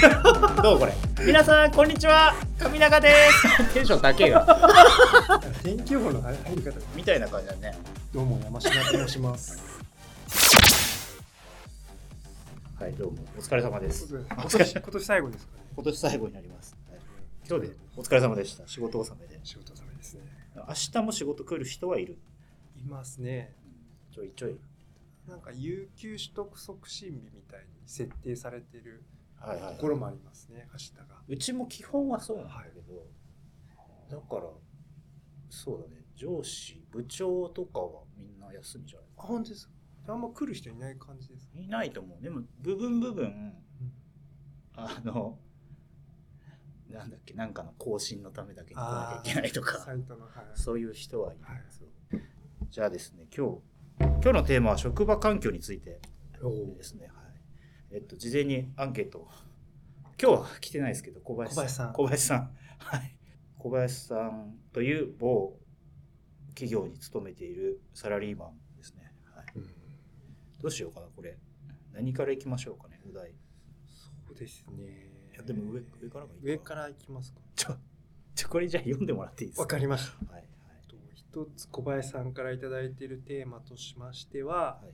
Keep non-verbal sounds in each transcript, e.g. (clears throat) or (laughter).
(laughs) どうこれ皆さんこんにちは神永です (laughs) テンション高えよ天気予報の入り方みたいな感じだねどうも山下と申します。はいどうもお疲れ様です (laughs) 今年今年最後ですかね。今年最後になりますはい今日でお疲れ様でした仕事納めで仕事納めですね。明日も仕事来る人はいるいますね。ちょいちょいなんか有給取得促進日みたいに設定されているはいはい、ところもありますね。明日が。うちも基本はそうなんだけど、だからそうだね上司部長とかはみんな休みじゃないあ本当ですか。あんま来る人いない感じですか。いないと思う。でも、部分部分、あの、なんだっけ、なんかの更新のためだけに来なきゃいけないとサか、イトのはい。そういう人はいるはいそうじゃあですね、今日、今日のテーマは職場環境についておおですね。はい、えっと、事前にアンケートを今日は来てないですけど、小林さん。小小林さん。はい。小林さんという某企業に勤めているサラリーマンですね。はいうんどうしようかな、これ。何からいきましょうかね、お題。そうですね。いやでも上上からがいいかな上から行きますか。ちょ、ちょ、これじゃあ読んでもらっていいですわかかりました。はい、と一つ小林さんからいただいているテーマとしましては、はい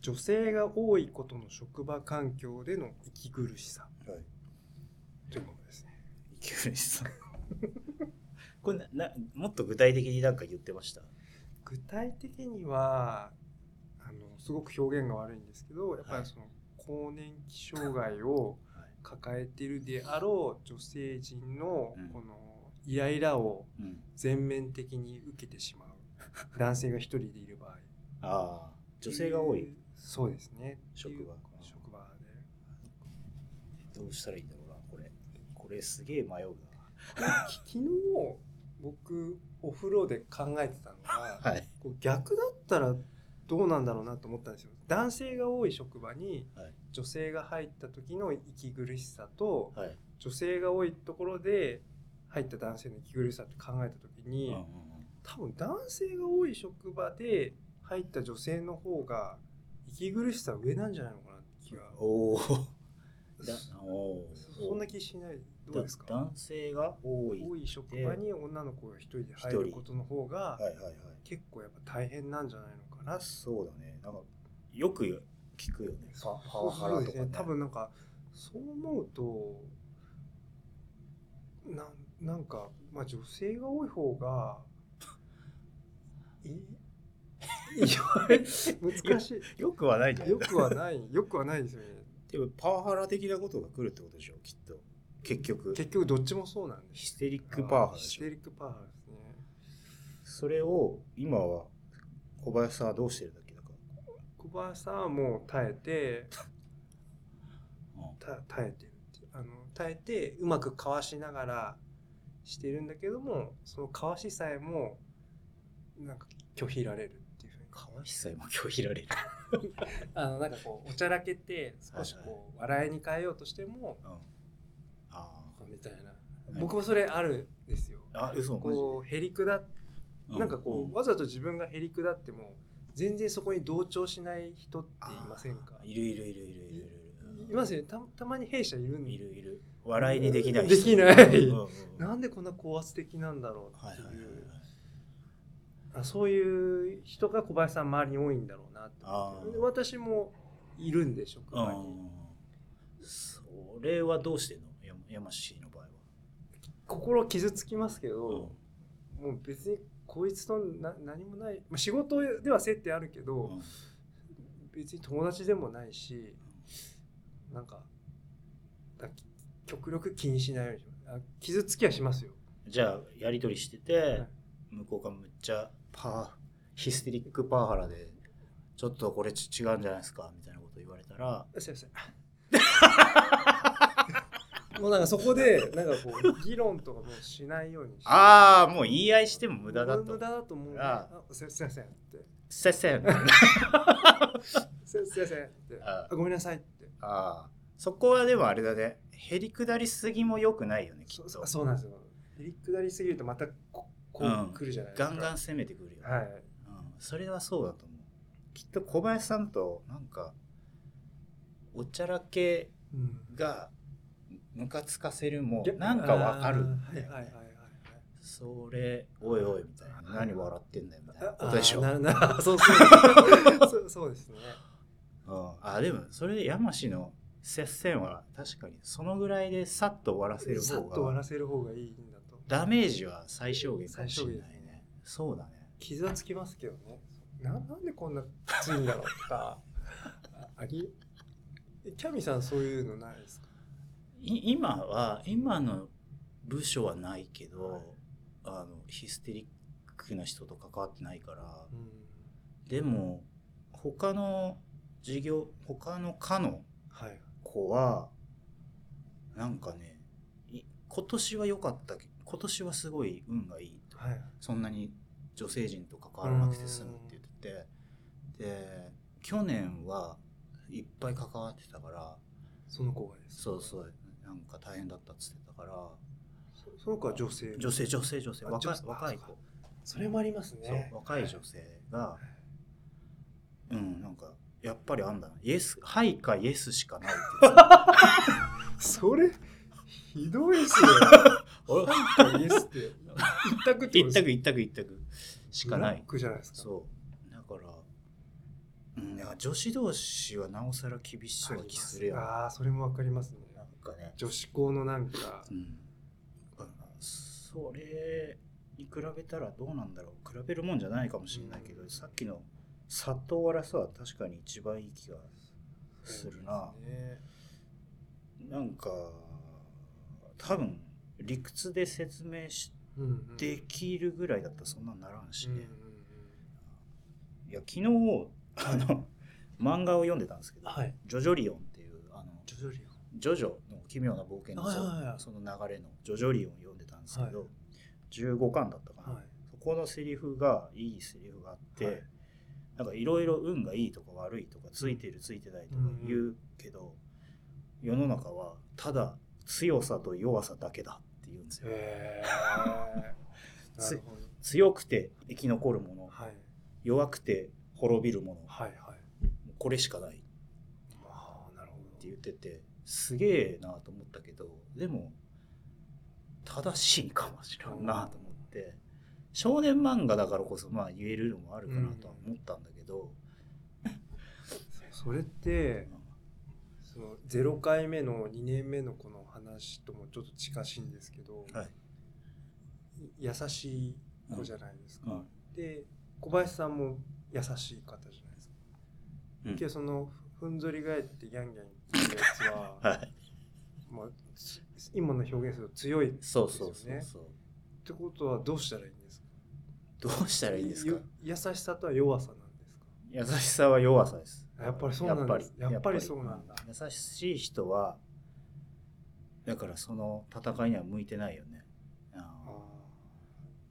女性が多いことの職場環境での息苦しさはい。はい。ということですね。池上さん。これな、な、もっと具体的になんか言ってました。具体的にはあのすごく表現が悪いんですけどやっぱりその更年期障害をはい。抱えているであろう女性陣のうんこのイライラをうん。全面的に受けてしま (laughs) う男性が一人でいる場合ああ、女性が多い。そうですね職場っていう職場でどうしたらいいんだろうな、これ。これすげえ迷う (laughs) 昨日僕お風呂で考えてたのが、な。はい。こう逆だったらどうなんだろうなと思ったんですよ男性が多い職場にはい女性が入った時の息苦しさとはい。女性が多いところで入った男性の息苦しさって考えた時うんに、うん多分男性が多い職場で入った女性の方が息苦しさ上なんじゃないのかなって気がうん、おお。だそおお。そんな気しないどうですかだ男性が多い。多い職場に女の子が一人で入ることの方がはいはいはい。結構やっぱ大変なんじゃないのかなあ、そうだね。なんか、よく聞くよね。パパワハそラうでとすか、ねね。多分なんかそう思うとなんなんか、まあ、女性が多い方がえいや難しいよくはないじゃないよくはないよくはないですよねでもパワハラ的なことが来るってことでしょきっと結局結局どっちもそうなんですヒステリックパワハラでヒしスょテリックパワハラですねそれを今は小林さんはどうしてるんだっけだか小林さんはもう耐えてら、た耐えてるってあの耐えてうまくかわしながらしてるんだけどもそのかわしさえもなんか拒否られるっていうふうにかわしさえも拒否られる、あのなんかこうおちゃらけて少しこう笑いに変えようとしてもうん、ああみたいなはい僕もそれあるんですよあ嘘マジこうへりくだっでなんかこううわざと自分がへりくだっても全然そこに同調しない人っていませんかあーいるいるいるいるいるいるいますよねたたまに弊社いるんでいるいる笑いにできないできないうんうんうんなんでこんな高圧的なんだろうはっいていはいう、はいはいあそういう人が小林さん周りに多いんだろうなってあで私もいるんで職場あにうんそれはどうしてんのや山氏の場合は心傷つきますけど、もう別にこいつとな何もない、まあ、仕事では接点あるけど、うん別に友達でもないしなんかだ極力気にしないようにしますあ傷つきはしますよじゃあやり取りしてて、い向こうがむっちゃパーヒステリックパワハラでちょっとこれち違うんじゃないですかみたいなこと言われたらすいません (laughs) もうなんかそこでなんかこう議論とかもうしないようにしてああもう言い合いしても無駄だと無駄だと思うああすいませんすいませんって先生 (laughs) すいませんすいませんってああごめんなさいってあーそこはでもあれだねへりくだりすぎも良くないよねきっそとそそうなんですよ入り下りすぎるとまたここうんう来るじゃないですガか、ンガン攻めてくるよ、はいうん、それはそうだと思うきっと小林さんとなんかおちゃらけうんがムカつかせるもいやなんかわかるんあーだよはいはいはいはいそれおいおいみたいな何笑ってんだよみたいなはいことでしょあーあななそう (laughs) そうそうそうですねあでもそれ山氏の接戦は確かにそのぐらいでさっと終わらせるさっ方と終わらがせる方がいいんだとダメージは最小限かもしれ最な小い限ねそうだね傷はつきますけどねななんでこんなきついんだろうと (laughs) かあありえキャミさんそういうのないですかい今は今の部署はないけど、はいあのヒステリックな人と関わってないからうんでも他の事業他の課のはい子はなんかねい今年は良かったけ今年はすごい運がいいとはいそんなに女性陣と関わらなくて済むって言っててで去年はいっぱい関わってたからその子がですそうそうなんか大変だったっつってたからそその子は女性女性女性女性あ若女い性若いあそう子かそれもありますねそう若い女性がうんなんかやっぱりあんだなイエスはいかイエスしかないって言ってたそれひどいっすね (laughs) 俺 (laughs) はいイエスって一択ってこと一です択一択一択しかなブラいックじゃないですかそうだから、うん、いや女子同士はなおさら厳しそうな気するよねああそれもわかりますねなんかね、女子校のなんかうん、だからそれに比べたらどうなんだろう比べるもんじゃないかもしれないけど、うんさっきのさっと終わらすは確かに一番いい気がするなそうですねなんか多分理屈で説明しうんうんできるぐらいだったらそんなんならんしうんうね、んうんいや昨日あの漫画を読んでたんですけど、はいジョジョリオンっていうあの徐々にジョジョの奇妙な冒険のはいはいはいその流れのジョジョリオンを読んでたんですけど、15巻だったかな、はいそこのセリフがいいセリフがあって、はいなんかいろいろ運がいいとか悪いとかついてるついてないとか言うけど、世の中はただ強さと弱さだけだって言うんですよ。へえな (laughs) つるほど強くて生き残るものはい弱くて滅びるものはいはいこれしかないってああなるほど言っててすげえなと思ったけどでも正しいかもしれんなと思って少年漫画だからこそまあ言えるのもあるかなとは思ったんだけど、それってうんその0回目の2年目のこの話ともちょっと近しいんですけど、はい優しい子じゃないですか、うんで小林さんも優しい方じゃないですか、うんけどそのふんぞり返ってギャンギャン言ってるやつは、 (laughs) はい、まあ、つ今の表現すると強いっそうそうそうそう、てことはどうしたらいいんですかどうしたらいいんですかよ優しさとは弱さなんですか優しさは弱さですやっぱりそうなんですやっぱりやっぱりそうなんだやっぱり優しい人はだからその戦いには向いてないよねああの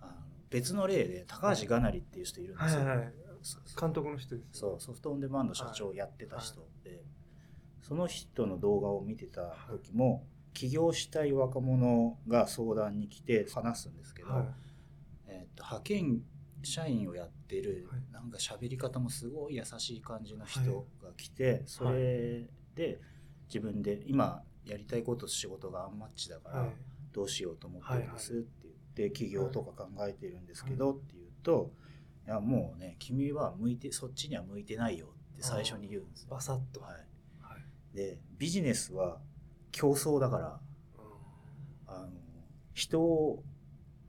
あの別の例で高橋がなりっていう人いるんあですよ、はいはいはいそうそう監督の人ですそうよソフトオンデマンド社長をやってた人で、その人の動画を見てた時も起業したい若者が相談に来て話すんですけど、はいえっと派遣社員をやってる、はいなんか喋り方もすごい優しい感じのはい人が来て、それで自分で今やりたいことと仕事がアンマッチだからはいどうしようと思ってるんですはっいて言って起業とか考えてるんですけどって言うと「いやもうね君は向いてそっちには向いてないよ」って最初に言うんですよ。バサッとははいい、でビジネスは競争だからあの人を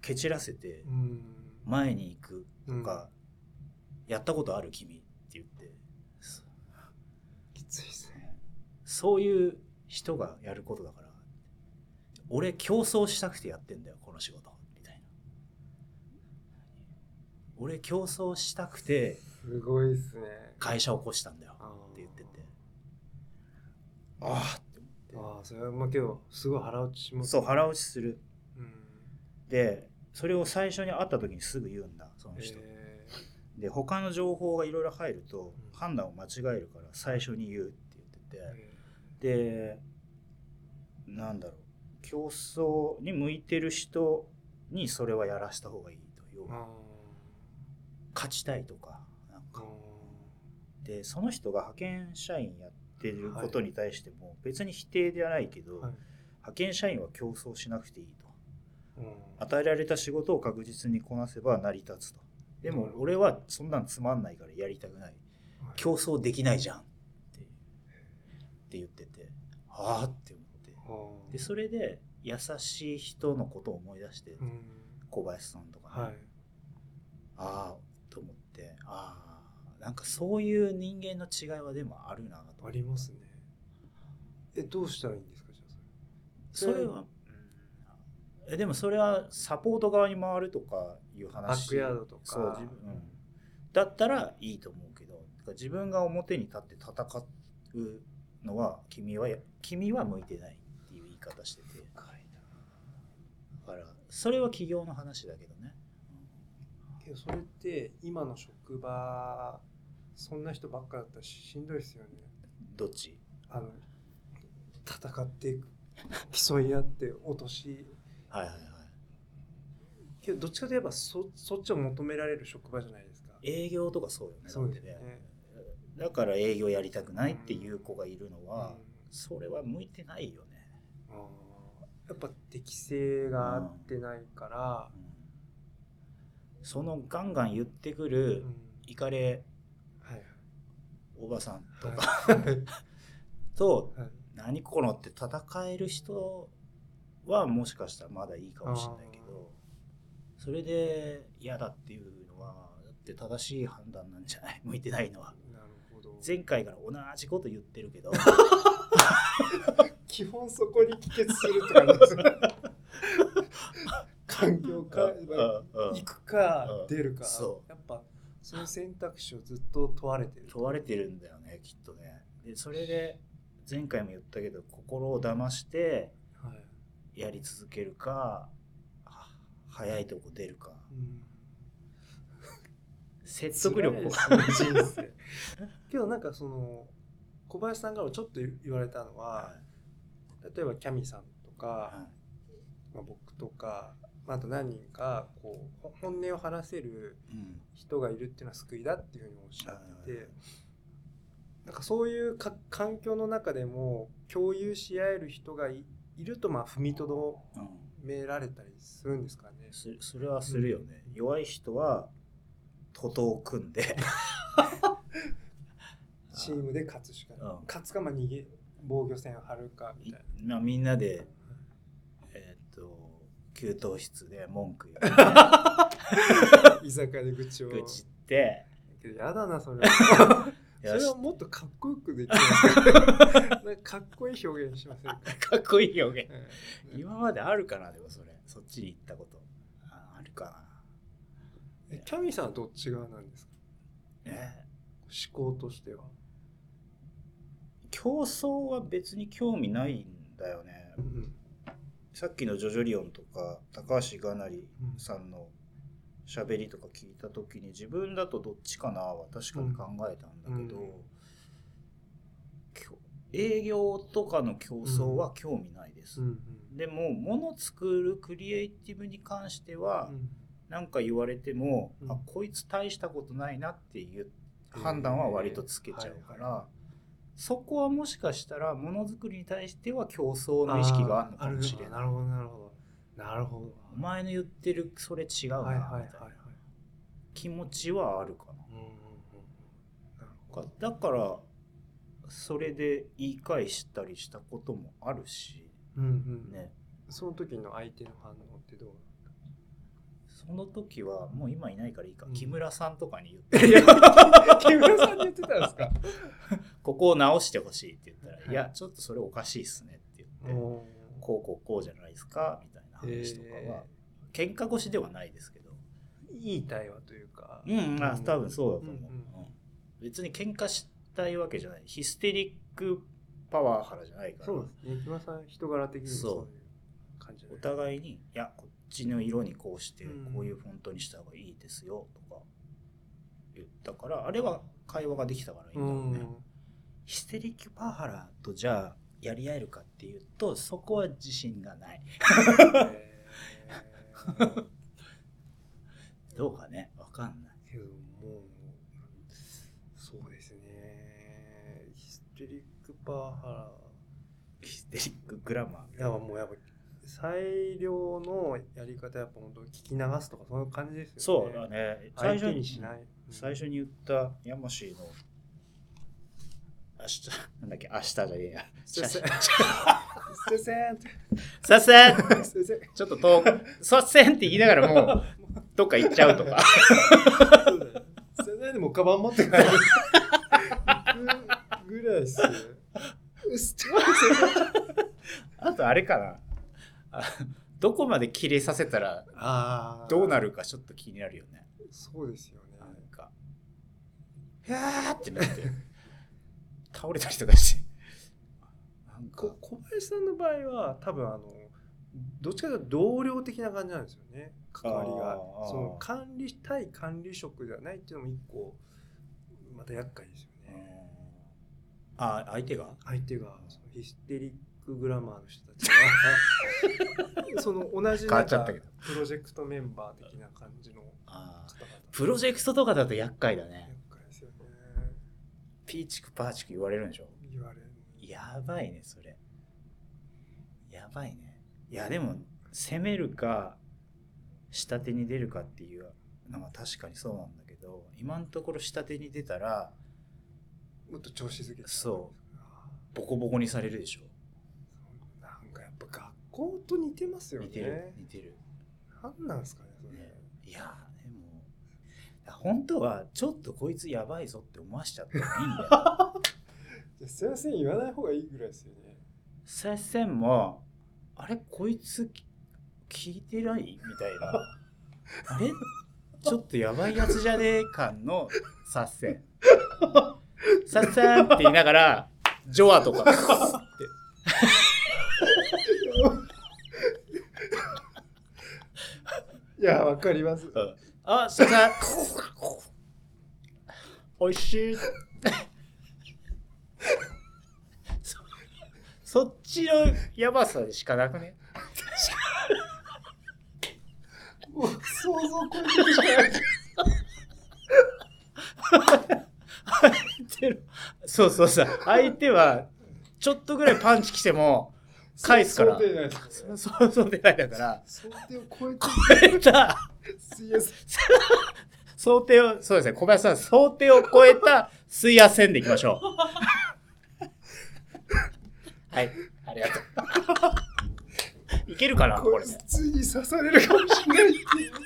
蹴散らせてうん前に行くうんとか、やったことある君って言ってそきついですねそういう人がやることだから俺競争したくてやってんだよこの仕事みたいな俺競争したくてすごいですね会社を起こしたんだよあっーて言っててああって思っああそれはまあけどすごい腹落ちしまてすそう腹落ちするうんでそれを最初に会った時にすぐ言うんだその人、えで他の情報がいろいろ入るとうん判断を間違えるから最初に言うって言ってて、ーえでなんだろう競争に向いてる人にそれはやらした方がいいと要ーはあ勝ちたいとかなんーかでその人が派遣社員やってることに対しても別に否定ではないけど、はい派派遣社員は競争しなくていいとうん与えられた仕事を確実にこなせば成り立つとでなもるほど俺はそんなんつまんないからやりたくない競争できないじゃんってって言っててああって思ってうんでそれで優しい人のことを思い出してうん小林さんとかね、はいああと思ってああなんかそういう人間の違いはでもあるなとありますねえどうしたらいいんですかじゃあそれは、うんえでもそれはサポート側に回るとかいうバッ話クヤードとかそう自分、うんだったらいいと思うけどだから自分が表に立って戦うのは君はや君は向いてないっていう言い方しててだからそれは企業の話だけどね、けどそれって今の職場そんな人ばっかだったらしんどいですよねうんどっちあの戦っていく競い合って落としはいはいはいけどどっちかといえばそそっちを求められる職場じゃないですか営業とかそうよねそうですだってねねだから営業やりたくないっていう子がいるのうんは、それは向いてないよね、あーやっぱ適性が合ってないから、うんそのガンガン言ってくるうんイカレはいおばさんとかはいとはい何このって戦える人はもしかしたらまだいいかもしれないけどそれで嫌だっていうのはだって正しい判断なんじゃない向いてないのはなるほど前回から同じこと言ってる (laughs) けど基本そこに帰結するって感じです (laughs) 環境かうんうん行くかうん出るかそうやっぱその選択肢をずっと問われてる問われてるんだよねきっとねでそれで前回も言ったけど心を騙してはいやり続けるかは早いとこ出るかうん説得力を素晴らしい人 (laughs) 生けどなんかその小林さんからもちょっと言われたのは例えばキャミさんとか、まあ、僕とかまああと何人かこうほ本音を話せるうん人がいるっていうのは救いだっていうふうにおっしゃっててなんかそういうか環境の中でも共有し合える人がいいるとまあ踏みとどうんめられたりするんですかね。すそれはするよね、弱い人は徒党を組んで (laughs) チームで勝つしかない。うん勝つかまあ逃げ防御線を張るかみたいいまあみんなでえーっと給湯室で文句言な。居酒屋で愚痴を。う愚痴ってけどやだなそれは。(laughs) そよれしはもっとかっこよくできますか (laughs) なんかかっこいい表現しませんか、かっこいい表現うん今まであるかなでもそれそっちに行ったことああるかなえキャミさんはどっち側なんですかね思考としては。競争は別に興味ないんだよねうんさっきのジョジョリオンとか高橋がなりさんの喋りとか聞いた時に自分だとどっちかなは確かに考えたんだけど、うんきょ営業とかの競争は興味ないです、うんでも物作るクリエイティブに関しては何か言われても、うんあこいつ大したことないなっていう判断は割とつけちゃうから、はそこはもしかしたらものづくりに対しては競争の意識があるのかもしれないな。るほどなるほどなるほどお前の言ってるそれ違うなみはいはいはいたいはいな気持ちはあるかうんうんうんなかだからそれで言い返したりしたこともあるしうんうんねその時の相手の反応ってどうその時はもう今いないからいいか、うん木村さんとかに言っいてや木村さんに言ってたんですかここを直してほしいって言ったら、はいい、やちょっとそれおかしいっすねって言っておーこうこうこうじゃないですかみたいな話とかは、喧嘩腰ではないですけどえーいい対話というかうん、まあ多分そうだと思う、うんううんん別に喧嘩したいわけじゃないヒステリックパワハラじゃないからそうですね木村さん人柄的にもそういう感じおい互いに「いやこっちの色にこうしてうんこういうフォントにした方がいいですよ」とか言ったからあれは会話ができたからいいんうだろうね、んヒステリックパワハラとじゃあやり合えるかっていうとそこは自信がないえーどうかねわかんないけどもうそうですねヒステリックパワハラヒスデリック・グラマーみいたいやなもうやっぱ最良のやり方やっぱ本当聞き流すとかそういう感じですよそうね。だね最相手初ににしない。最初に言ったヤマシーの明日 (laughs) なんだっけ明日じゃねえ (laughs) やすいません (laughs) うん。すいまさっせんせん。すいません。ちょっと遠くさっせんって言いながらもうどっか行っちゃうとかそうだよそれなりにもうカバン持って帰る。行くぐらいっすよ。うっすあとあれかなあどこまで切れさせたらああ。どうなるるかちょっと気になるよねそうですよねな。んか「ひゃー」ってなって倒れたりとかしてなんかこ小林さんの場合は多分あのどっちかというと同僚的な感じなんですよね関わりあーがその管理対管理職ではないっていうのも一個また厄介ですよねあ相手が相手がそのヒステリックグラマーの人たちが (laughs) その同じ変わなんっちゃかったけどプロジェクトメンバー的な感じの方あー々プロジェクトとかだと厄介だね厄介ですよねピーチクパーチク言われるんでしょ言われるやばいねそれやばいねいやでも攻めるか下手に出るかっていうのは確かにそうなんだけど今のところ下手に出たらもっと調子づけてそうあボコボコにされるでしょーなんかやっぱ学校と似てますよね似てる似てる何なんですかねそれ、ねいやーでも本当はちょっとこいつやばいぞって思わしちゃったらいいんだよじゃあすいません言わない方がいいぐらいですよね先生も「あれこいつ聞いてない?」みたいな「あれちょっとやばいやつじゃねえ感の殺戦殺戦って言いながらジョアとかクスっていやわかります「あ殺戦おいしい」そそっちのやばさでしかなくねもう想像を超えてるじゃない相手のそうそうそう相手はちょっとぐらいパンチ来ても返すから想定ないですよね想像出ないだから想定を超えて超えたる水泳想定をそうですね小林さん想定を超えた水圧線でいきましょう (laughs) はいありがとういけるかなここれいつついに刺されるかもしれないっていうこ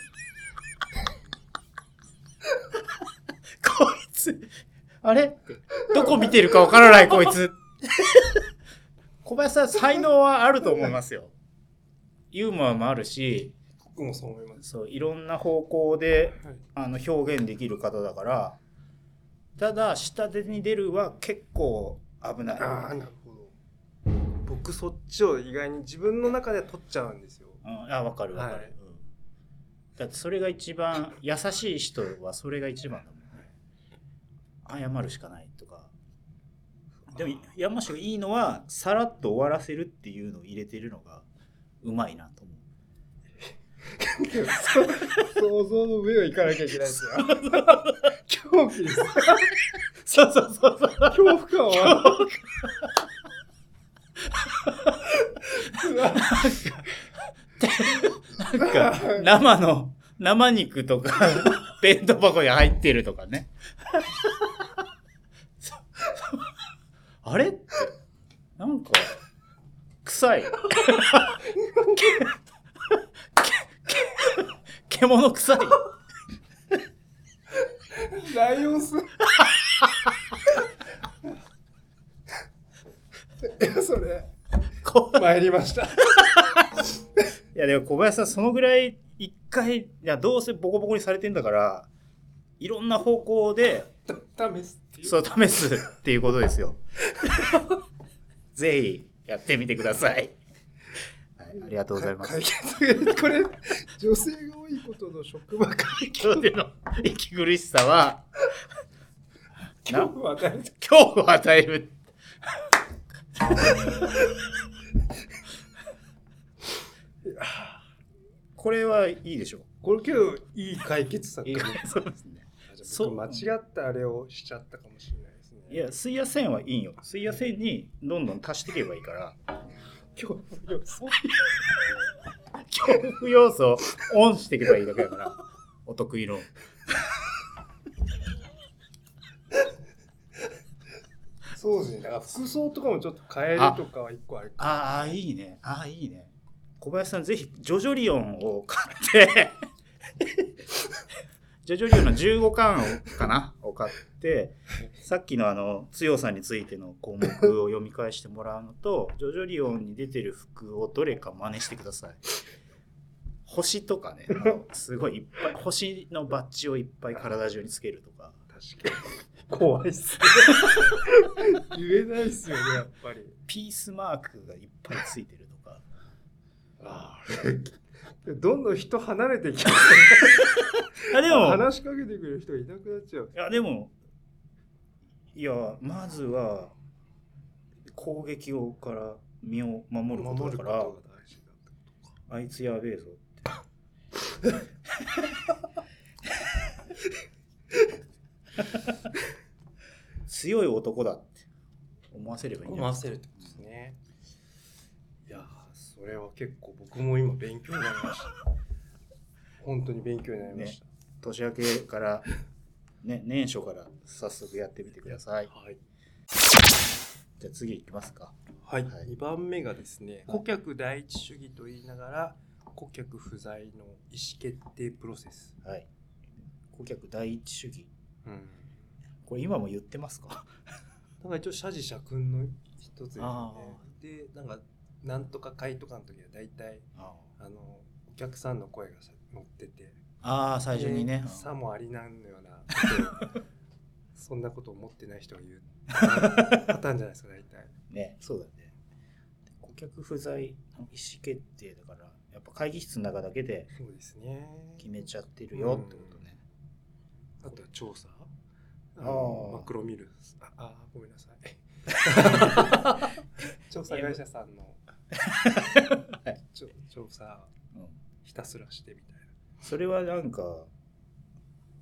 いつあれどこ見てるかわからないこいつ小林さん才能はあると思いますよユーモアもあるし僕もそう思いますそういろんな方向ではいあの表現できる方だからただ下手に出るは結構危ないああなるほど僕そっちを意外に自分の中で取っちゃうんですようん、あ分かる分かる、はいうんだってそれが一番優しい人はそれが一番だもんね謝るしかないとかでも山下がいいのはさらっと終わらせるっていうのを入れてるのがうまいなと思う想像の上を行かなきゃいけない (laughs) ですよ狂気ですそうそうそうそう恐怖感はうわなんか生の生肉とか弁当箱に入ってるとかねそそあれってなんか臭いけけけ獣臭いライオンス。いやそれこ参りました。いやでも小林さんそのぐらい一回いやどうせボコボコにされてんだからいろんな方向で試すっていう。そう試すっていうことですよ。ぜひやってみてください。はい、ありがとうございます。か解決これ女性が多いことの職場解決。今日での息苦しさは恐怖は大事。恐怖を与える。これはいいでしょこれけどいい解決策。う。そうですね。そう間違ったあれをしちゃったかもしれないですね。いや水野線はいいんよ水野線にどんどん足していけばいいから恐怖要素恐怖要素をオンしていけばいいだけだからお得意の (laughs) そうですねだから服装とかもちょっと変えるとかは一個あるああいいねああいいね小林さんぜひジョジョリオンを買って (laughs) ジョジョリオンの15巻をかなを買ってさっきのあの強さについての項目を読み返してもらうのとジョジョリオンに出てる服をどれか真似してください星とかねあのすごいいっぱい星のバッジをいっぱい体中につけるとか確かに (laughs) 怖いっすね言えないっすよねやっぱりピースマークがいっぱいついてるとかああどんどん人離れてきてあでも話しかけてくる人いなくなっちゃういやでもいやまずは攻撃をから身を守ることだからあいつやべえぞって強い男だって思わせればいいんじ思ゃないですわせかるってことですねいやーそれは結構僕も今勉強になりました (laughs) 本当に勉強になりました、年明けから、ね、年初から早速やってみてくださいはいじゃあ次いきますかはい、はい2番目がですね顧客第一主義と言いながら顧客不在の意思決定プロセス、はい顧客第一主義これ今も言ってますかなんか一応謝辞社訓の一つですねあでなんかなんとか会とかの時は大体ああのお客さんの声がさ乗っててあ最初にねでさもありなんのよう (laughs) なことをそんなこと思ってない人が言うパターンじゃないですか大体ねそうだね顧客不在の意思決定だからやっぱ会議室の中だけでそうですね決めちゃってるよってことね、あとは調査ああのーマクロミルああーごめんなさい (laughs) 調査会社さんのちょ調査うんひたすらしてみたいそれはなんか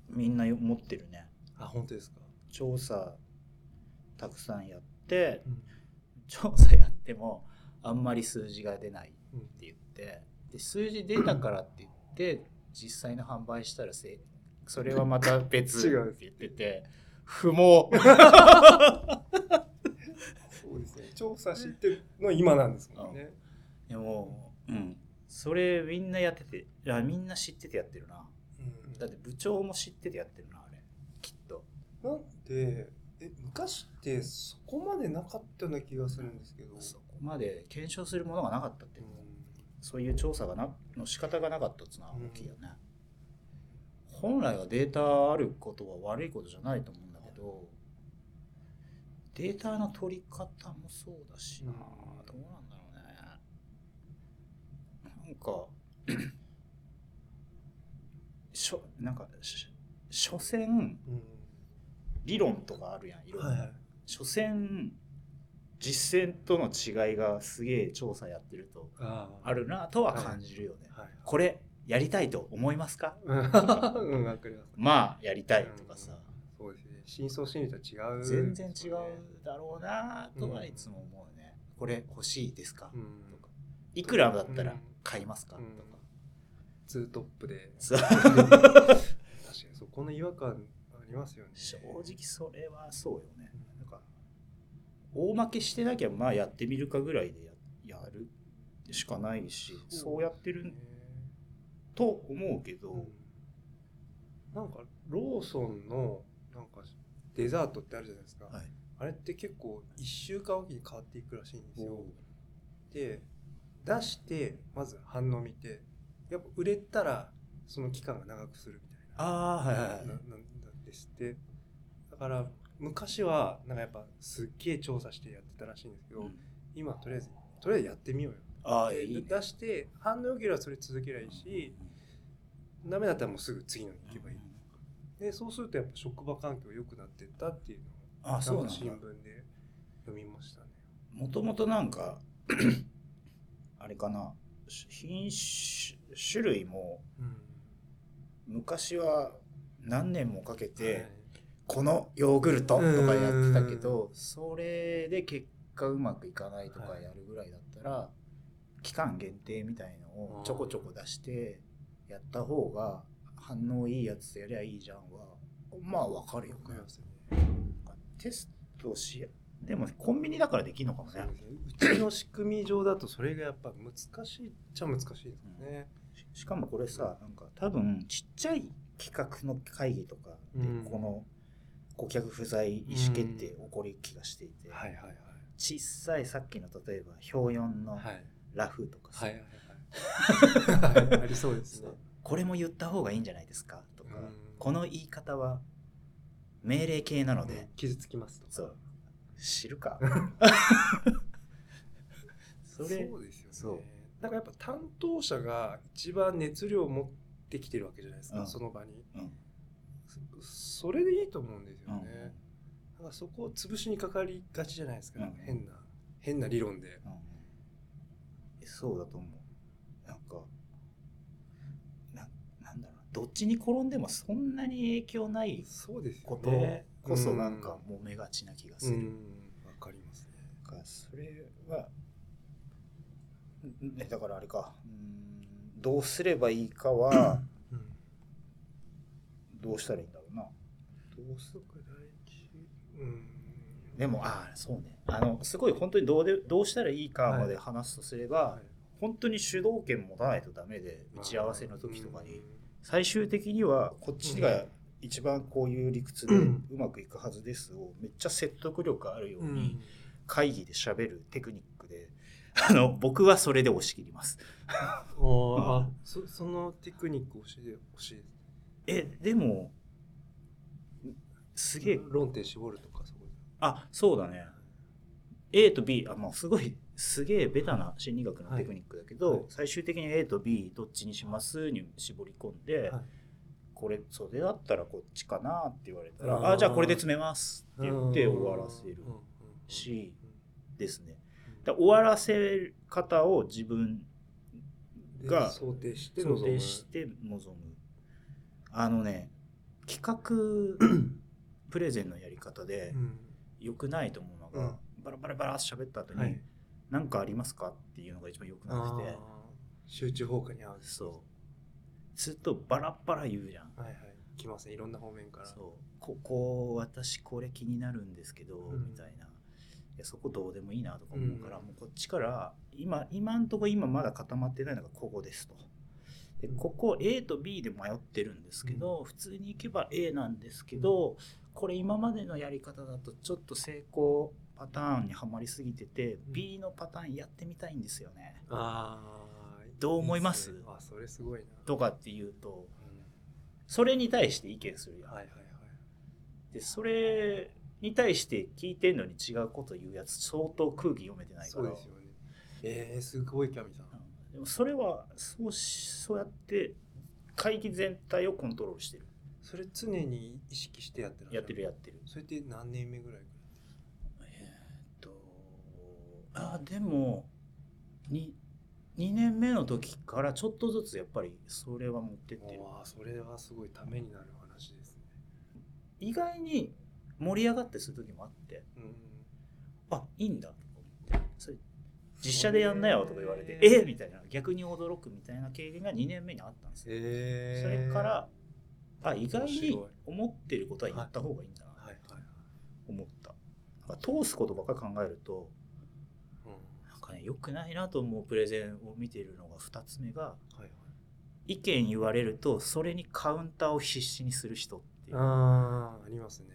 みんなよ持ってるねなあ本当ですか、調査たくさんやってうん調査やってもあんまり数字が出ないっうんて言ってで数字出たからって言って実際の販売したらせそれはまた別違うって言ってて不毛そうですね調査してるのは今なんですもんね、でもうんそれみんなやってていやみんな知っててやってるなうんだって部長も知っててやってるなあれきっとなんでえ昔ってそこまでなかったような気がするんですけど、そこまで検証するものがなかったっていううのんそういう調査がなの仕方がなかったっていうのはうん大きいよね、本来はデータあることは悪いことじゃないと思うんだけどデータの取り方もそうだしな、うんどうなんだろうねなんか (clears throat) しょなんかし所詮理論とかあるやんいろいろ、はい所詮実践との違いがすげえ調査やってるとああるなとは感じるよね、はいこれやりたいと思いますか (laughs) うんうんわかりますまあやりたいとかさ、そうですね真相心理とは違う全然違うねだろうなとはいつも思うね、これ欲しいですか、うんとかいくらだったらうん買いますか、うんとかツートッ (laughs) プでそう確かにそこの違和感ありますよね正直それはそうよねなんか大負けしてなきゃまあやってみるかぐらいでややるしかないしそうやってると思うけど、うんなんかローソンのなんかデザートってあるじゃないですか、はいあれって結構1週間おきに変わっていくらしいんですよで出してまず反応見てやっぱ売れたらその期間が長くするみたいなああはいはいはい、ななんですってだから昔はなんかやっぱすっげえ調査してやってたらしいんですけど、うん今とりあえずとりあえずやってみようよああでいいね出して反応良ければそれ続けりゃいいし、ダメだったらもうすぐ次のに行けばいい、でそうするとやっぱ職場環境良くなってったっていうのああそうをななんんかだ新聞で読みましたねもともとなんか (clears throat) あれかな品種種類もうん昔は何年もかけてはこのヨーグルトとかやってたけどそれで結果うまくいかないとかやるぐらいだったら、期間限定みたいのをちょこちょこ出してやった方が反応いいやつやりゃいいじゃんはまあわかるよね。テストしでもコンビニだからできるのかもね。うちの仕組み上だとそれがやっぱ難しいっちゃ難しいですね。しかもこれさなんか多分ちっちゃい企画の会議とかで、うんこの顧客不在意思決定起こり気がしていて、はいはいはい。小さいさっきの例えば表4のはいラフとかさ、はいはいはい。はいありそうですね。これも言った方がいいんじゃないですかとか、うんこの言い方は命令形なので、傷つきますとか。そう知る (laughs) かそれそうですよね。そうだからやっぱ担当者が一番熱量を持ってきてるわけじゃないですか、うんその場にうんそ。それでいいと思うんですようんね。だからそこを潰しにかかりがちじゃないですか、うんなんか変な、変な理論で。うんそうだと思うなんかななんだろうどっちに転んでもそんなに影響ないそうですこよとね。こそなんか揉めがちな気がすうん、る、うんわかりますね。かそれはんんだからあれかうんどうすればいいか (clears throat) はうんどうしたらいいんだろうなどうするか大事。うん。でもああそうねあのすごい本当にどうでどうしたらいいかまで話すとすれば、はい、本当に主導権持たないとダメで打ち合わせの時とかに、うん最終的にはこっちが一番こういう理屈でうんうまくいくはずですをめっちゃ説得力あるよううにん会議で喋るテクニックで (laughs) あの僕はそれで押し切りますおーあそそのテクニックを教えてほしいですえでもすげえ論点絞るとかそこあそうだね A と B あもうすごいすげえベタな心理学のテクニックだけど、はいはい最終的に A と B どっちにしますに絞り込んで、はいこれそれだったらこっちかなって言われたら、うんあじゃあこれで詰めますって言って終わらせるうんうんうんしですねうんだから終わらせ方を自分でが想定して想臨定むして臨むあのね (clears throat) 企画プレゼンのやり方でうん良くないと思うのが、バラバラバラって喋った後に、はい何かありますかっていうのが一番良くなくてあー集中砲火に合わせてそうずっとバラバラ言うじゃんはいはい来ますねいろんな方面からそうここ私これ気になるんですけど、うんみたいないやそこどうでもいいなとか思うから、うんもうこっちから今今んとこ今まだ固まってないのがここですとでうんここ A と B で迷ってるんですけど、普通に行けば A なんですけど、これ今までのやり方だとちょっと成功パターンにはまりすぎてて、うん B のパターンやってみたいんですよねあーどう思いますっねあそれすごいなとかって言うとうんそれに対して意見するやんはいはいはいでそれに対して聞いてんのに違うこと言うやつ相当空気読めてないかそうらですよねえー、すごいキャミさんうんでもそれはそうしそうやって会議全体をコントロールしてるそれ常に意識してやってらっしゃやってるやってるそれって何年目ぐらいかえーっとあでも 2, 2年目の時からちょっとずつやっぱりそれは持ってってるらわあそれはすごいためになる話ですね意外に盛り上がってする時もあってうんあいいんだと思ってそれ実写でやんなよとか言われてへえーーみたいな逆に驚くみたいな経験が2年目にあったんですよ、えそれからあ意外面白いに思ってることは言った方がいいんだなはいはいはい、と思った、なんか通すことばっかり考えるとうん、なんかね良くないなと思うプレゼンを見てるのが2つ目がはいはい意見言われるとそれにカウンターを必死にする人っていういああありますね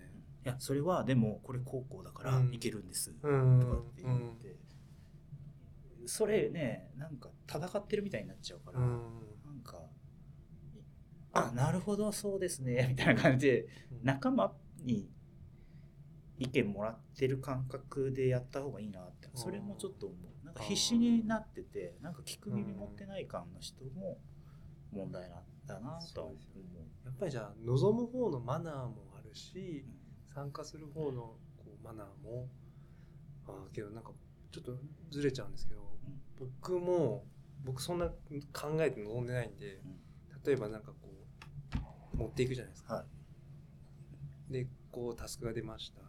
やそれはでもこれ高校だからうんいけるんです、うんとかって言って、それねなんか戦ってるみたいになっちゃうから、うんなんか「あなるほどそうですね」 (laughs) みたいな感じで仲間に意見もらってる感覚でやった方がいいなってそれもちょっと思うなんか必死になっててなんか聞く耳持ってない感の人も問題なんだなとは思うそうやっぱりじゃあ望む方のマナーもあるし参加する方のこうマナーもあーけどなんかちょっとずれちゃうんですけど、ん僕も僕そんな考えて望んでないんで、うん例えばなんかこう持っていくじゃないですか、はいでこうタスクが出ました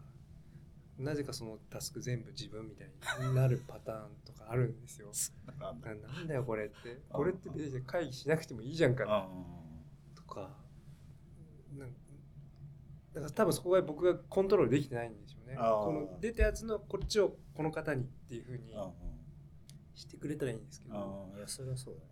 なぜかそのタスク全部自分みたいになるパターンとかあるんですよなんだななんだよこれってこれって別に会議しなくてもいいじゃんかとかなんだから多分そこが僕がコントロールできてないんでしょうねこあーの出たやつのこっちをこの方にっていうふうにうんうんしてくれたらいいんですけどうんいやそれはそうだね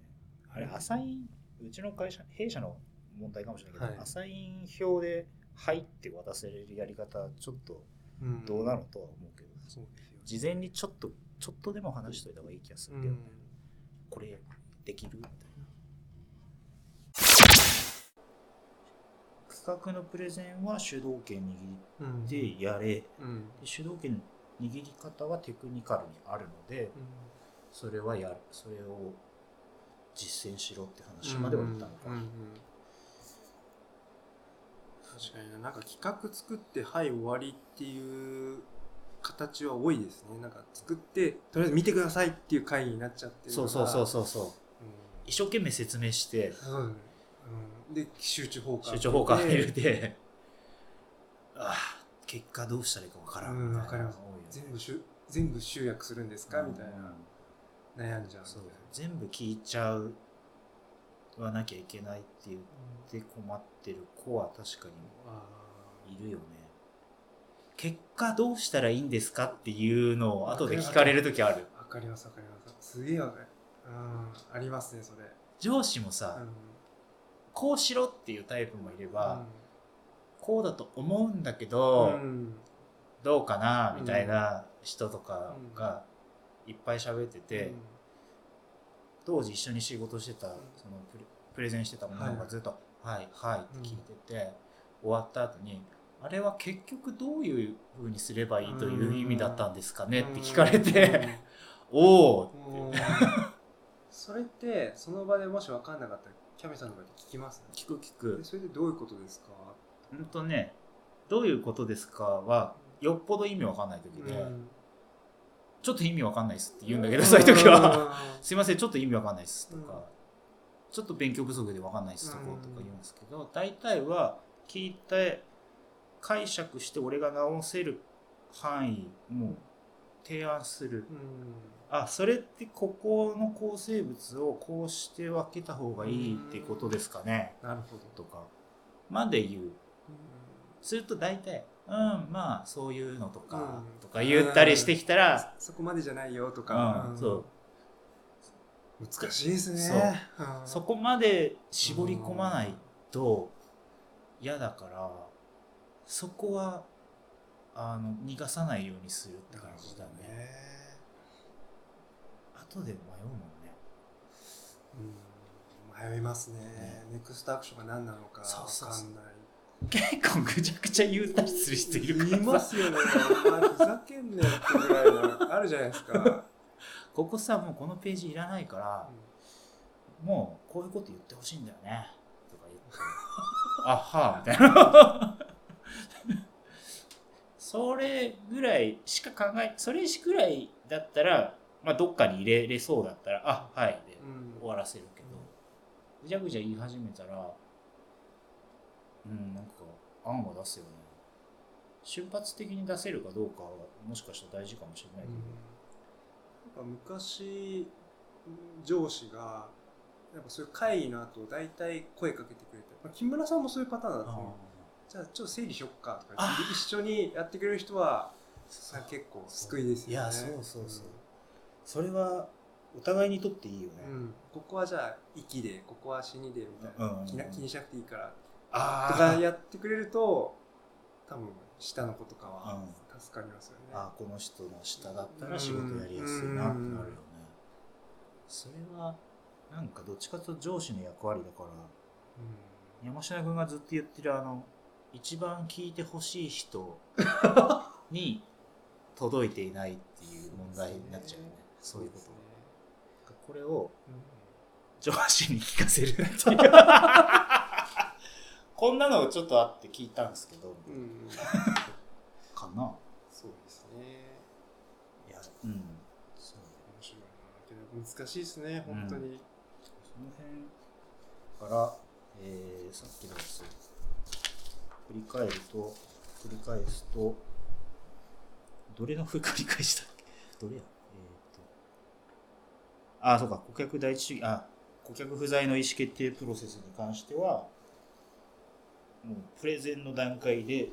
あれアサインうちの会社弊社の問題かもしれないけど、はいアサイン表で「はい」って渡せるやり方ちょっとうんどうなのとは思うけど、そうですよね事前にちょっとちょっとでも話しといた方がいい気がするけど、ねこれできるみたいな企画のプレゼンは主導権うんうん握ってやれうんで主導権握り方はテクニカルにあるのでそれはやるそれを実践しろって話までは言ったのか、うんうんうん確かにななんか企画作ってはい終わりっていう形は多いですねなんか作ってとりあえず見てくださいっていう会議になっちゃってるそうそうそうう、そうそうう一生懸命説明してんそうだねうん、で集中砲火集中砲火入れてああ結果どうしたらいいかわからんうんみたいなわかります多いよね全部しゅ全部集約するんですかみたいうんな悩んじゃうみたそいうな全部聞いちゃうはなきゃいけないって言って困ってる子は確かあーにいるよね結果どうしたらいいんですかっていうのを後で聞かれる時あるわかりますわかりますすげえわかるうんありますねそれ上司もさ、うんこうしろっていうタイプもいれば、うんこうだと思うんだけど、うんどうかなみたいな人とかがいっぱい喋ってて、当時一緒に仕事してたそのプレプレゼンしてた女の子がずっと「はいはい」って聞いてて、終わった後に「あれは結局どういうふうにすればいいという意味だったんですかね?」って聞かれて「 (laughs) おお!」うんうんそれってその場でもし分かんなかったらキャメさんの場で聞きます聞く聞えくそれでどういうことですかほんとね「どういうことですか?」はよっぽど意味わかんない時で「うんちょっと意味わかんないです」って言うんだけどそういう時は。すいません、ちょっと意味わかんないですとか、うんちょっと勉強不足でわかんないですとかうんとか言うんですけど、大体は聞いて解釈して俺が直せる範囲も提案する。うんあ、それってここの構成物をこうして分けた方がいいってことですかね、なるほどとか、まで言う。うんすると大体、うん、まあそういうのとか、うんとか言ったりしてきたら、そこまでじゃないよとかうんそう難しいですねうんそこまで絞り込まないと嫌だからそこはあの逃がさないようにするってなる感ほじどだねね後で迷うもん (laughs) ねうん迷いますねネクストアクションが何なのか分そうそうかそうんない結構ぐちゃぐちゃ言うたりする人いるかいらまさすよね。お前ふざけんなよってぐらいのあるじゃないですか。 (laughs) ここさもうこのページいらないからもうこういうこと言ってほしいんだよねとか言って「 (laughs) あはあ」みたいな (laughs) それぐらいしか考えそれしぐらいだったら、まあ、どっかに入れれそうだったら「あはい」でうん終わらせるけどぐちゃぐちゃ言い始めたらうんなんか案は出すよね瞬発的に出せるかどうかはもしかしたら大事かもしれないけど、なんか昔上司がやっぱそういう会議の後大体声かけてくれて、まあ、木村さんもそういうパターンだったあのじゃあちょっと整理しよっかとかあ言って一緒にやってくれる人はー結構救いですよね。いやそうそうそうそれはお互いにとっていいよね、うん、うんここはじゃあ息でここは死にでみたいな、うんうんうん気な気にしなくていいからあとーかやってくれると多分下の子とかは助かりますよね、あーこの人の下だったら仕事やりやすいなってなるよねそれはなんかどっちかというと上司の役割だからうん山科君がずっと言ってるあの一番聞いてほしい (laughs) 人に届いていないっていう問題になっちゃうよねそういうこですとねこれをうん上司に聞かせるっていう (laughs) こんなのちょっとあって聞いたんですけど、 (laughs) うんかなそうですねいやうんそう面白いなけど難しいですね本当に、その辺から、えーさっきのやつ振り返ると繰り返すと、どれの振り返したっけどれやえー、っと。あ、そうか、顧客第一主義、あ、顧客不在の意思決定プロセスに関しては、もうプレゼンの段階で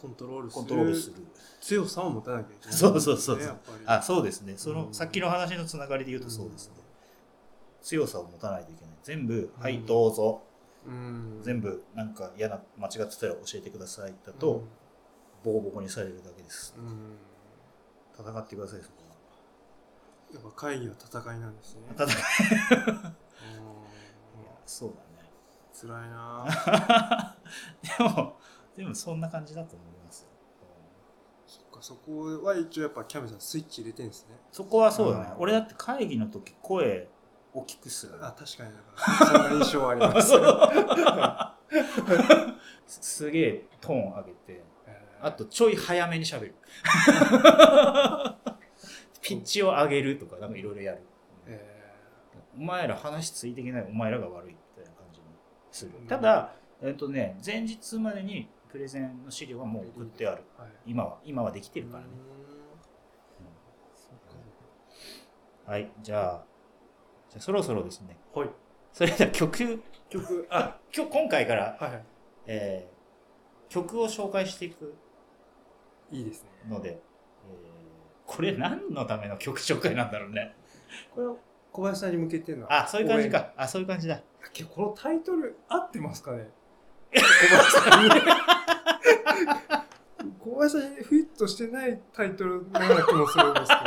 コントロールすコるントロールする。強さを持たなきゃいけない、そうそうそうそうやっぱりあ、そうですね。その、うんさっきの話のつながりで言うとそうですね。強さを持たないといけない。全部、はうい、んどうぞ。うん全部、なんか嫌な、間違ってたら教えてください。だと、ボコボコにされるだけです。うん、うん戦ってください、そこは。やっぱ会議は戦いなんですね戦い。うんそう辛いなぁだね。でも、 (laughs) でもそんな感じだと思いますよ。そっかそこは一応やっぱキャメさんスイッチ入れてんですねそこはそうだね。うん俺だって会議の時声大きくする。あ確かになんかそんな印象はあります、す (laughs) すげえトーン上げて、えーあとちょい早めに喋 (laughs) る。ピッチを上げるとかなんかいろいろやる。えお前ら話ついていけないお前らが悪いみたいな感じにするう。んただ、えっとね、前日までにプレゼンの資料はもう送ってある。ーはい今は、今はできてるからね。うーんそはい、じゃあ、じゃあそろそろですね。っかはいそれでは曲、曲 (laughs) あ、今日、今回から、はえー曲を紹介していくいいいですねので、えーこれ何のための曲紹介なんだろうね。これを小林さんに向けてるのはあ、そういう感じか。あ、そういう感じだ。今日このタイトル合ってますかね小林さんに小林さんにフィットしてないタイトルなような気もするんです (laughs)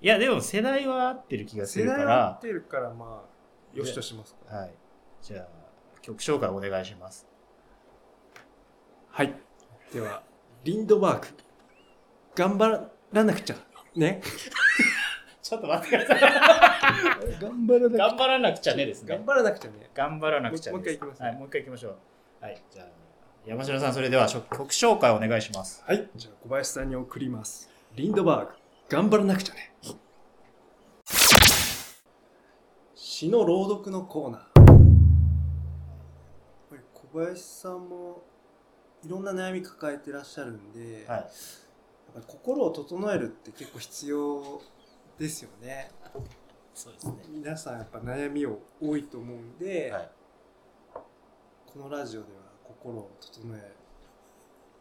いや、でも世代は合ってる気がすけど世るか代は合らっ、てるからまあよしとしますかはい。じゃあ、曲紹介お願いします。はいではリンドバーグ頑張らなくちゃねちょっと待ってください。頑張らな頑張らなくちゃねですね頑。張らなくちゃね頑張らなくちゃもでうす。もう一回行きますねはい、もう一回行きましょう。はい、じゃあ、山城さん、それでは曲曲紹介お願いします。はい、じゃあ小林さんに送ります。リンドバーグ、頑張らなくちゃね。詩の朗読のコーナー。やっぱり小林さんもいろんな悩み抱えてらっしゃるんで、はやっい、ぱり心を整えるって結構必要ですよね。そうですね。皆さんやっぱ悩みを多いと思うんで、はい、このラジオでは心を整え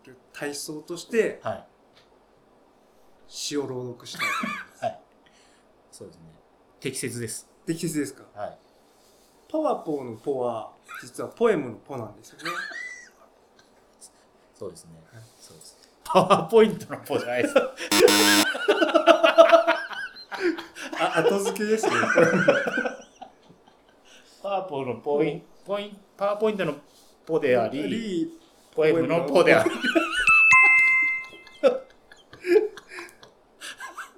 る体操としてはい、詩を朗読したいと思い (laughs) ます。はい。そうですね。適切です。適切ですかはい。パワポーのポは実はポエムのポなんですよね。そうですねはい。そうです。パワーポイントのポじゃないです。あ後付けですね。 (laughs) パワーポのポインポインパワーポイントのポであり、リポエムのポであり。ー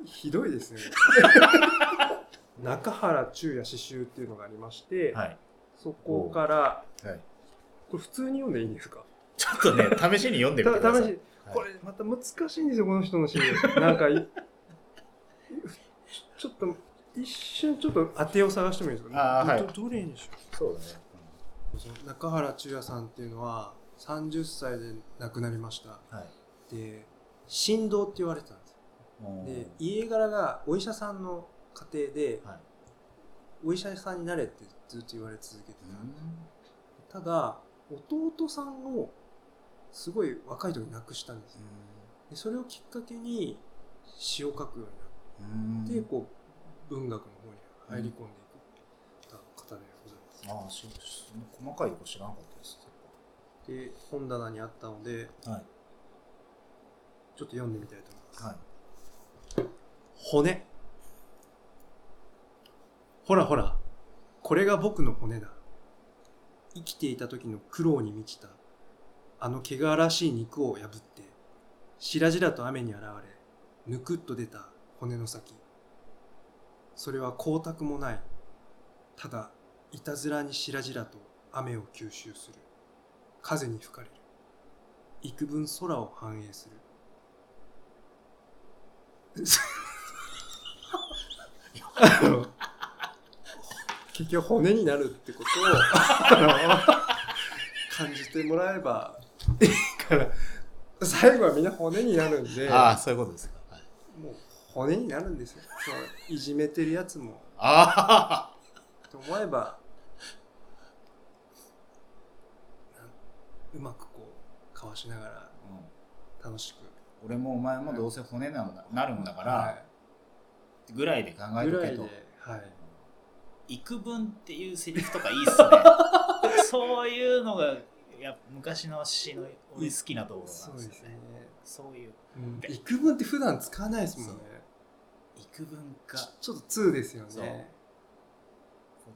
ひど (laughs) いですね。中原中也詩集っていうのがありまして、はい。そこからはい。これ普通に読んでいいんですか？ちょっとね、試しに読んでみてくだたさい。試しこれまた難しいんですよこの人の詩。 (laughs) なんかいちょっと一瞬ちょっと当てを探してもいいですか？あーはいどどれにしよう。そうだね。中原中也さんっていうのは30歳で亡くなりましたうんはい。で神童って言われてたんですうんで家柄がお医者さんの家庭ではい。お医者さんになれってずっと言われ続けてた、ただ弟さんをすごい若い時に亡くしたんですよでそれをきっかけに詩を書くよううんになって、こう文学の方に入り込んでいく方でございます、ああ、そうです。そんな細かいとこ知らなかったです。で本棚にあったのではい。ちょっと読んでみたいと思います、はい。骨ほらほらこれが僕の骨だ生きていた時の苦労に満ちたあの汚らしい肉を破って白々と雨に現れぬくっと出た骨の先それは光沢もないただいたずらに白々と雨を吸収する風に吹かれる幾分空を反映する (laughs) あの結局 (laughs) 骨になるってことをあの感じてもらえばから最後はみんな骨になるんでああ、そういうことですか。はいもう骨になるんですよそのいじめてるやつもあと思えばなんうまくこうかわしながらあ、楽しく俺もお前もどうせ骨なんだなるんだから、はぐらいで考えいぐとけらいでと。はい幾分っていうセリフとかいいっすねそういうのがいや昔の詩の俺好きなところそなうんでですすねよねそういううん幾分って普段使わないですもんね幾分かちちょっと2ですよそうねこ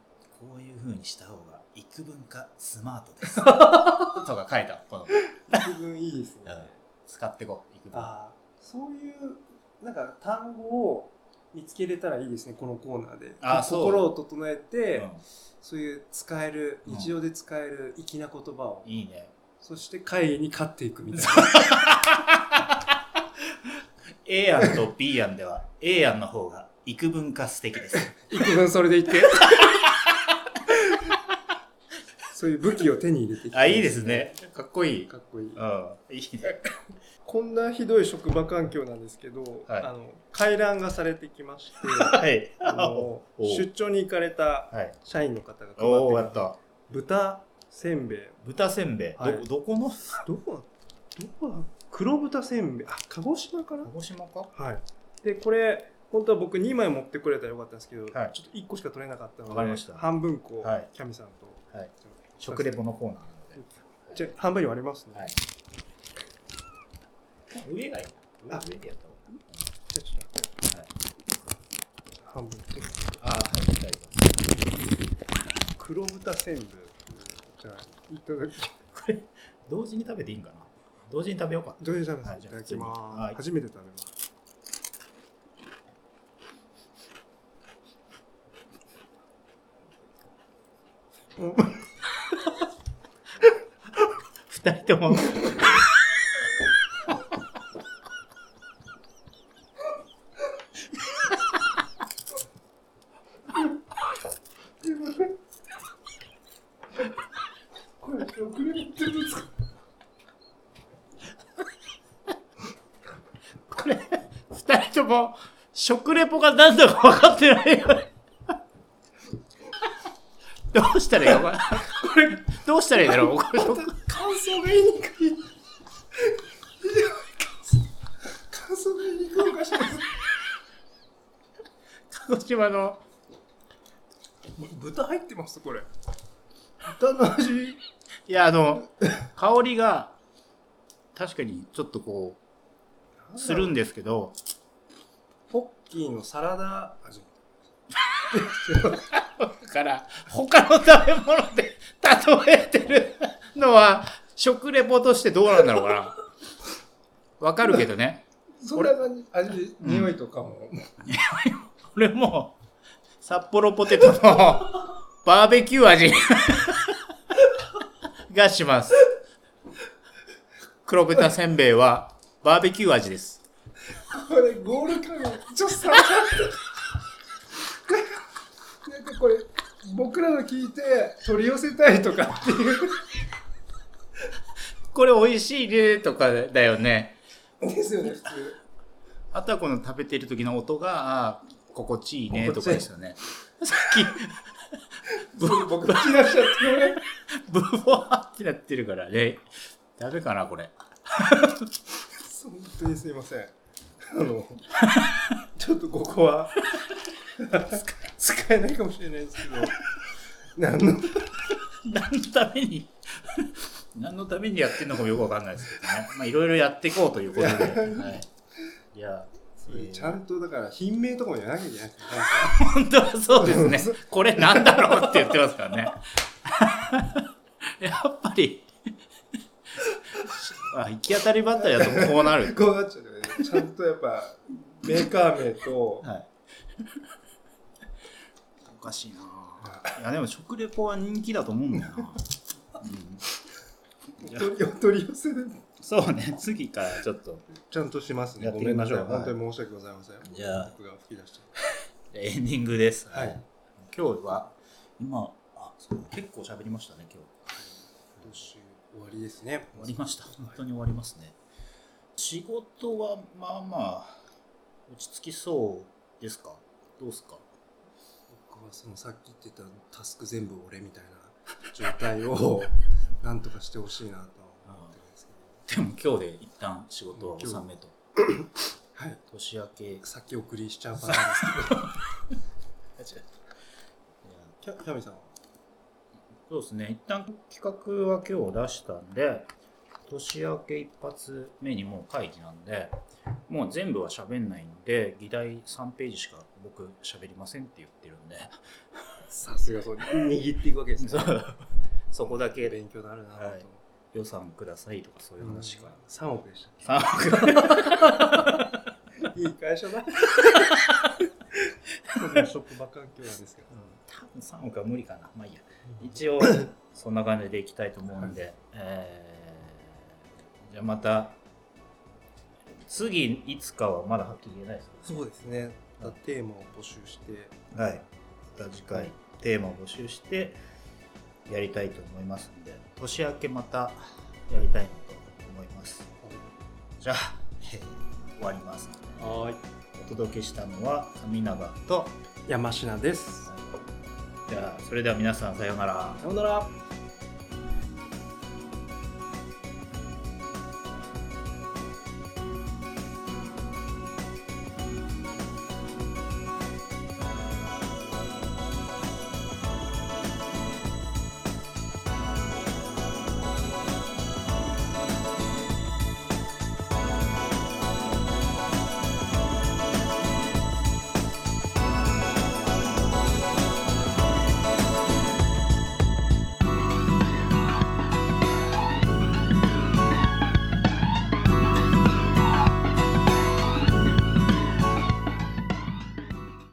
こういうふうにした方が幾分かスマート (laughs) ですとか書いた。この幾分い (laughs) いですね、うん使ってこう。いく分ああそういうなんか単語を見つけれたらいいですねこのコーナーであーそう心を整えて、うんそういう使えるうん日常で使える粋な言葉を、いいね。そして会議に勝っていくみたいな A 案と B 案では (laughs) A 案の方が幾分か素敵 (laughs) です幾分それでいってそういう武器を手に入れていきたあいいですねかっこいいかっこいいうんいいねこんなひどい職場環境なんですけど、はいあの回覧がされてき (laughs) まし (laughs) てはいあのお出張に行かれたはい社員の方が配おおっやてっきたた豚せんべい豚せんべい、はいどこどこのどこどこだ黒豚せんべいあ鹿児島かな鹿児島かはいでこれ本当は僕2枚持ってこれたらよかったんですけど、はいちょっと1個しか取れなかったのでわかりました半分こう、はいキャミさんとはい食レポのコーナーなのでじゃあ半分に割りますね、はい上がいいな。あ上上でやった方じゃあちょっとが。はい。半分あはい。黒豚せんべいじゃあいただきこれ同時に食べていいんかな。同時に食べようか。どういう食べます、はいい、じゃあただきます、はい初めて食べますお二人とも。これ食レポって難しいこれ二人とも食レポが何だか分かってないよ。どうしたらいいのこれこれどうしたらいいんだろう。これ感想が言いにくい。感想が言いにくいおかしいです。鹿児島の豚入ってますこれ。豚の味。いやあの香りが確かにちょっとこうするんですけど。ポッキーのサラダ味。だから他の食べ物で例えてるのは食レポとしてどうなんだろうかなわかるけどねそんな感じ味、うん匂いとかも。俺も札幌ポテトのバーベキュー味がします黒豚せんべいはバーベキュー味ですこれゴール感がちょっと下がって。なんかこれ僕らの聞いて取り寄せたいとかっていう。これ美味しいねとかだよねですよね普通。あとはこの食べてる時の音があー心地いいねとかですよねさっき僕聞き出しちゃってごめん。ブワーってなってるからね。ダメかな、これ。本当にすいません。あの、ちょっとここは使え使えないかもしれないですけど、何何ののために、何のためにやってんのかもよくわかんないですけどね。まあ、いろいろやっていこうということで。はい。いや、えーちゃんとだから品名とかもやらなきゃいけないですね。本当はそうですね。これなんだろうって言ってますからね。やっぱり、あ行き当たりばったりだとこうなる。こうなっちゃうよね。ちゃんとやっぱメーカー名と、はい。おかしいなぁいや、でも食レポは人気だと思うんだよなうんお取り (laughs) お取り寄せでそうね、次からちょっと。ちゃんとしますね。やっごていめきんなまさしい。ょう本当に申し訳ございません。じゃあ僕が吹き出しちゃっエンディングです。はい今日は、今、あ、そう結構喋りましたね、今日。た。今年終わりりですね。終わりました本当に終わりますね、仕事はまあまあ落ち着きそうですかどうですか僕はそのさっき言ってたタスク全部俺みたいな状 (laughs) 態をなんとかしてほしいなとは思ってるんですけど。でも今日で一旦仕事は納めとはい。年明け先送りしちゃうパターン (laughs) ですけど。キャキャミさんはそうですね一旦企画は今日出したんで年明け一発目にもう会議なんでもう全部は喋んないんで議題3ページしか僕喋りませんって言ってるんでさすがそう握っていくわけですね。そこだけ勉強になるなはいと。予算くださいとかそういう話から、 3億でした三っ億け。いい会社だ。職場環境なんですけど。多分3億は無理かなまあいいや一応そんな感じでいきたいと思うんで、えーじゃあまた次いつかはまだはっきり言えないですけどそうですね。だからテーマを募集して。はい、また次回テーマを募集してやりたいと思いますので年明けまたやりたいなと思いますじゃあ、えー終わりますはい。お届けしたのは上永と山科です。じゃあそれでは皆さんさようならさようなら。